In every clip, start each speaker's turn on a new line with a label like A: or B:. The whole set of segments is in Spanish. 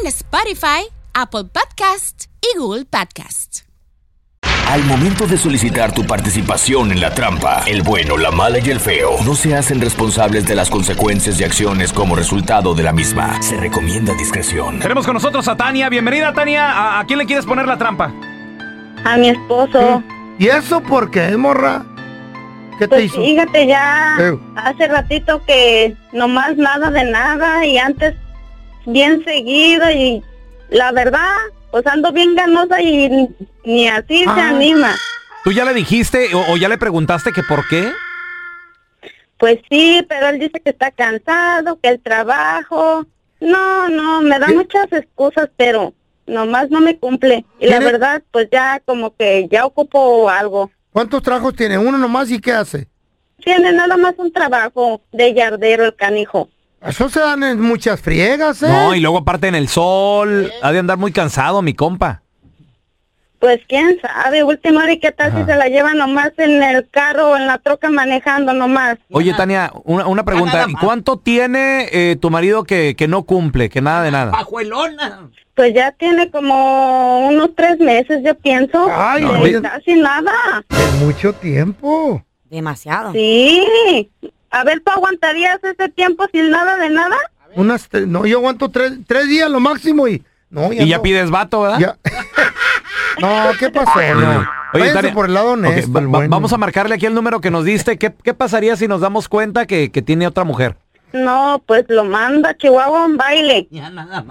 A: en Spotify, Apple Podcast y Google Podcast.
B: Al momento de solicitar tu participación en la trampa, el bueno, la mala y el feo no se hacen responsables de las consecuencias y acciones como resultado de la misma. Se recomienda discreción.
C: Tenemos con nosotros a Tania. Bienvenida, Tania. ¿A, a quién le quieres poner la trampa?
D: A mi esposo.
E: ¿Y eso por qué, morra? ¿Qué te
D: Pues
E: hizo?
D: fíjate ya,
E: Eh.
D: hace ratito que nomás nada de nada y antes bien seguido y la verdad, pues ando bien ganosa y ni- ni así se
E: Ah.
D: anima.
C: ¿Tú ya le dijiste o, o ya le preguntaste que por qué?
D: Pues sí, pero él dice que está cansado, que el trabajo. No, no, me da
E: ¿Qué?
D: muchas excusas, pero nomás no me cumple. Y la
E: ¿Tiene-
D: verdad, pues ya como que ya ocupo algo.
E: ¿Cuántos trabajos tiene? ¿Uno nomás y qué hace?
D: Tiene nada más un trabajo de yardero el canijo.
E: Eso se dan en muchas friegas, ¿eh?
C: No, y luego aparte en el sol. Ha de andar muy cansado, mi compa.
D: Pues quién sabe, última hora y qué tal si se la lleva nomás en el carro o en la troca manejando nomás.
C: Oye, Tania, una, una pregunta. ¿Cuánto tiene eh, tu marido que, que no cumple, que nada de nada?
D: Pues ya tiene como unos tres meses, yo pienso.
E: Ay,
D: de
E: oye.
D: casi nada.
E: Es mucho tiempo.
F: Ah.
G: Demasiado.
D: Sí. A ver, ¿tú aguantarías ese tiempo sin nada de nada?
E: Unas tre- no, yo aguanto tres, tres días lo máximo y... No, ya
C: Y ya
E: no,
C: pides vato, ¿verdad?
E: ya- no, ¿qué pasó? No. Váyanse
C: Tania,
E: por el lado
C: ok,
E: honesto.
C: va-
E: el
C: va-
E: bueno.
C: Vamos a marcarle aquí el número que nos diste. ¿Qué, qué pasaría si nos damos cuenta que, que tiene otra mujer?
D: No, pues lo manda a Chihuahua a un baile.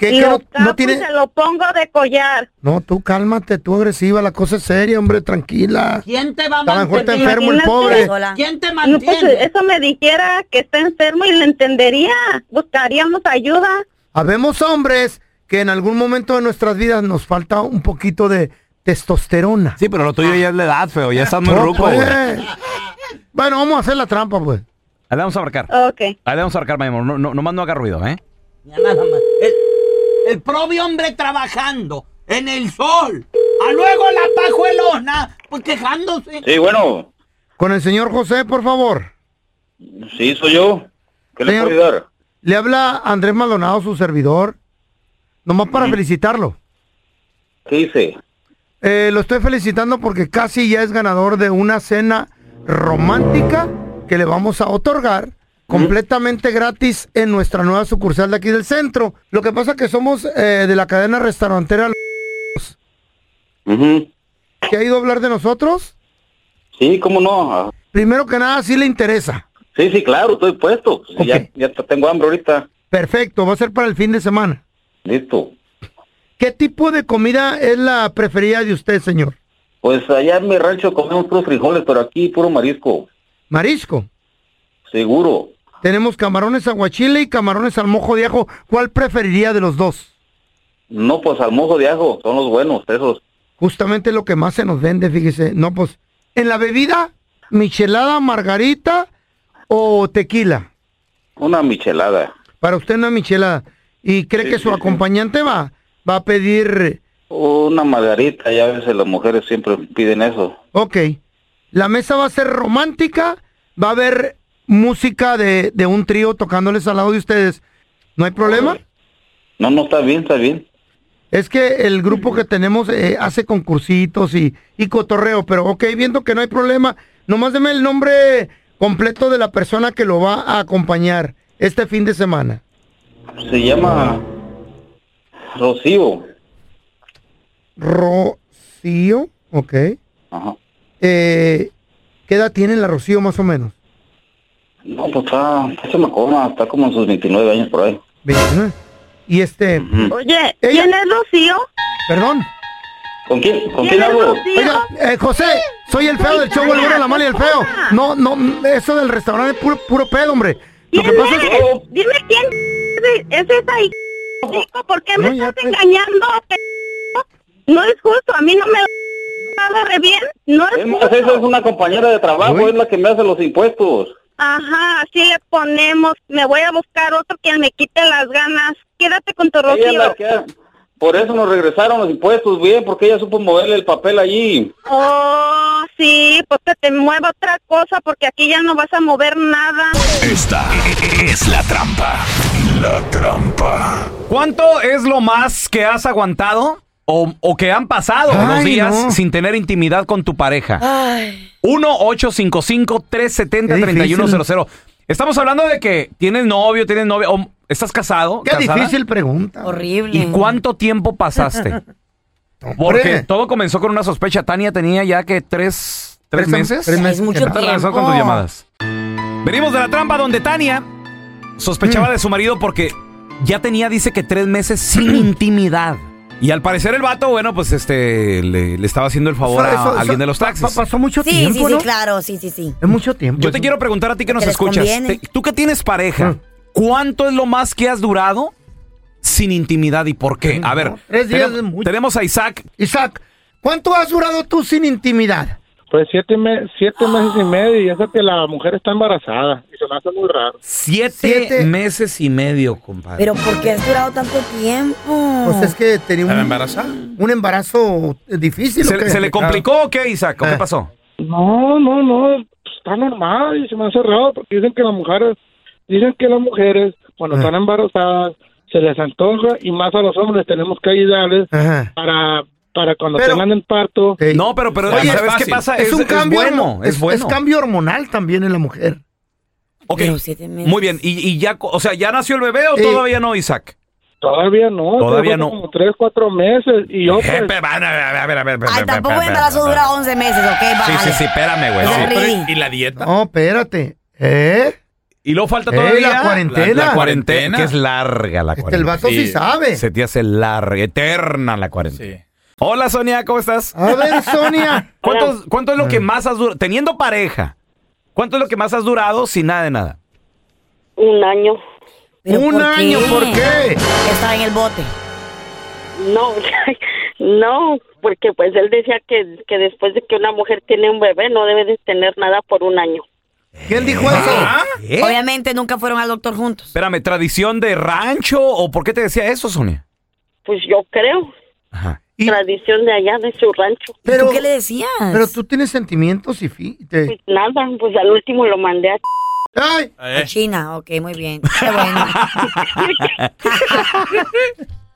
E: ¿Qué,
D: y
E: qué
D: los
E: no,
D: capos
E: no tiene...
D: se lo pongo de collar.
E: No, tú cálmate, tú agresiva, la cosa es seria, hombre, tranquila.
F: ¿Quién te va a
E: A lo mejor está
F: mantener?
E: enfermo el
D: Imagínate.
E: pobre.
G: Sola.
F: ¿Quién te
D: No, pues
F: mantiene?
D: eso me dijera que está enfermo y le entendería. Buscaríamos ayuda.
E: Habemos hombres que en algún momento de nuestras vidas nos falta un poquito de testosterona.
C: Sí, pero lo tuyo ya es la edad, feo. Ya estás muy
E: No,
C: ruco,
E: pues.
C: güey.
E: Bueno, vamos a hacer la trampa, pues.
C: Ahí le vamos a marcar.
D: Ok.
C: Ahí le vamos a marcar, mi amor. No, no, nomás no haga ruido, ¿eh?
F: Ya nada más. El, el propio hombre trabajando en el sol. A luego la pajuelona, pues quejándose.
H: Sí, bueno,
E: Con el señor José, por favor.
H: sí, soy yo. ¿Qué le
E: Señor.
H: puedo ayudar?
E: Le habla Andrés Maldonado, su servidor. Nomás para felicitarlo.
H: ¿Qué hice?
E: Eh, lo estoy felicitando porque casi ya es ganador de una cena romántica que le vamos a otorgar completamente gratis en nuestra nueva sucursal de aquí del centro. Lo que pasa que somos eh, de la cadena restaurantera
H: Ujú.
E: que ha ido a hablar de nosotros.
H: Sí, cómo no. Ah,
E: Primero que nada, sí le interesa.
H: Sí, sí, claro, estoy puesto. Sí,
E: Ok.
H: Ya, ya hasta tengo hambre ahorita.
E: Perfecto, va a ser para el fin de semana.
H: Listo.
E: ¿Qué tipo de comida es la preferida de usted, señor?
H: Pues allá en mi rancho comemos puros frijoles, pero aquí puro marisco.
E: Marisco.
H: Seguro.
E: Tenemos camarones aguachile y camarones al mojo de ajo. ¿Cuál preferiría de los dos?
H: No, pues al mojo de ajo, son los buenos, esos.
E: Justamente lo que más se nos vende, fíjese. No, pues, en la bebida, michelada, margarita o tequila.
H: Una michelada.
E: Para usted una michelada. ¿Y cree
H: Sí,
E: que su
H: sí, sí.
E: acompañante va, va a pedir...
H: Una margarita, ya a veces las mujeres siempre piden eso.
E: Ok. La mesa va a ser romántica. Va a haber música de, de un trío tocándoles al lado de ustedes. ¿No hay problema?
H: No, no, está bien, está bien.
E: Es que el grupo que tenemos eh, hace concursitos y, y cotorreo, pero ok, viendo que no hay problema, nomás deme el nombre completo de la persona que lo va a acompañar este fin de semana.
H: Se llama Rocío.
E: Rocío, ok.
H: Ajá.
E: Eh, ¿Qué edad tiene la Rocío más o menos?
H: No, pues está, está chamacona, está como en sus 29 años por ahí.
E: 29. Y este,
D: Oye,
E: Ella-
D: ¿quién es Rocío?
E: perdón.
H: ¿Con quién? ¿Con
D: ¿Quién
H: quién
D: es
H: hablo?
D: Rocío?
E: Oiga, eh, José, soy el feo del show, el bueno, la mala y el feo. No, no, eso del restaurante es puro, puro pedo, hombre. Lo
D: ¿Quién
E: que pasa
D: es?
E: es...
D: Dime quién es esa hija. Chico, ¿por qué me
E: No, ya
D: estás
E: te-
D: engañando? No es justo, a mí no me nada de bien, no es
H: Es más, esa
D: justo.
H: es una compañera de trabajo,
E: Uy.
H: es la que me hace los impuestos.
D: Ajá, así le ponemos. Me voy a buscar otro que me quite las ganas. Quédate con tu
H: Ella es la
D: Rocío.
H: que ha- Por eso nos regresaron los impuestos bien, porque ella supo moverle el papel allí.
D: Oh, sí, pues que te mueva otra cosa porque aquí ya no vas a mover nada.
B: Esta es la trampa. La trampa.
C: ¿Cuánto es lo más que has aguantado o, o que han pasado los
E: Ay,
C: días
E: no.
C: sin tener intimidad con tu pareja? 1-855-370-3100. Estamos hablando de que tienes novio, tienes novia, o estás casado.
E: Qué
C: casada,
E: difícil pregunta.
G: Horrible.
C: ¿Y cuánto tiempo pasaste? Porque
E: Hombre.
C: todo comenzó con una sospecha. Tania tenía ya que tres, tres meses.
E: Tres meses.
G: Es mucho
E: que
C: Ya
E: no-
C: te regresó con
G: tiempo.
C: tus llamadas. Venimos de la trampa donde Tania sospechaba
E: Mm.
C: de su marido porque ya tenía, dice que tres meses sin intimidad. Y al parecer el vato, bueno, pues este le, le estaba haciendo el favor
E: Eso-
C: a
E: eso-
C: alguien de los
E: pa-
C: taxis.
E: pa- pasó mucho
G: Sí,
E: tiempo,
G: sí, sí,
E: ¿no?
G: claro, sí, sí, sí.
E: Es mucho tiempo.
C: Yo te
E: eso.
C: quiero preguntar a ti que nos
G: les
C: escuchas.
G: conviene.
C: te- tú que tienes pareja,
E: Mm.
C: ¿cuánto es lo más que has durado sin intimidad y por qué? A ver,
E: No, tres días
C: tenem-
E: es mucho.
C: tenemos a Isaac.
E: Isaac, ¿cuánto has durado tú sin intimidad?
I: Pues siete, me- siete meses y medio y eso que la mujer está embarazada y se me hace muy raro.
C: Siete,
E: Siete.
C: meses y medio, compadre.
G: Pero ¿por qué has durado tanto tiempo?
E: Pues es que tenía un, un embarazo eh, difícil. ¿o
C: ¿Se,
E: qué?
C: se le complicó o qué, Isaac? ¿O ¿Qué
E: Eh.
C: pasó?
I: No, no, no, pues, está normal y se me hace raro porque dicen que las mujeres, dicen que las mujeres cuando
E: Ah.
I: están embarazadas se les antoja y más a los hombres tenemos que ayudarles
E: Ajá.
I: para, para cuando
E: Pero-
I: tengan el parto.
E: Sí.
C: No, pero, pero
E: Oye,
C: ¿sabes
E: fácil.
C: qué pasa?
E: Es, un cambio,
C: bueno,
E: hormo-
C: es, bueno.
E: cambio hormonal también en la mujer.
C: Ok,
G: Pero siete meses.
C: Muy bien, y, y ya, co- o sea, ¿ya nació el bebé o
E: Eh,
C: todavía no, Isaac?
I: Todavía no,
C: Todavía
I: creo que
C: no.
I: Como tres, cuatro meses y yo pues,
C: Jepe, van, a ver, a ver, a ver, a ver,
G: Ay,
C: a ver,
G: tampoco
C: a
G: un
C: ver,
G: embarazo
C: a ver, a
G: dura 11 meses, ¿ok?
C: ver. Sí,
G: Vale.
C: sí, sí, espérame, güey.
G: No,
C: sí.
G: pero
C: ¿Y la dieta?
E: No, espérate. ¿Eh?
C: Y luego falta
E: Eh,
C: todavía...
E: la cuarentena.
C: La, la cuarentena, que es larga la
E: Este,
C: cuarentena.
E: el vato sí sabe.
C: Se te hace larga, eterna la cuarentena. Hola, Sonia, ¿cómo estás?
E: A ver, Sonia.
C: ¿Cuánto, cuánto es lo que más has durado? Teniendo pareja, ¿cuánto es lo que más has durado sin nada de nada?
D: Un año.
G: ¿Pero
E: un año, ¿por qué?
G: Estaba en el bote.
D: No, no, porque pues él decía que, que después de que una mujer tiene un bebé no debe de tener nada por un año.
E: ¿Quién dijo eso?
C: ¿Eh?
G: Obviamente nunca fueron al doctor juntos.
C: Espérame, ¿tradición de rancho o por qué te decía eso, Sonia?
D: Pues yo creo,
C: Ajá.
E: Y-
D: tradición de allá, de su rancho.
G: ¿Pero
E: pero,
G: qué le decías?
E: pero tú tienes sentimientos y fi- te-
D: Pues nada, pues al último lo mandé a...
E: ¡Ay!
G: A China, ok, muy bien. Qué bueno.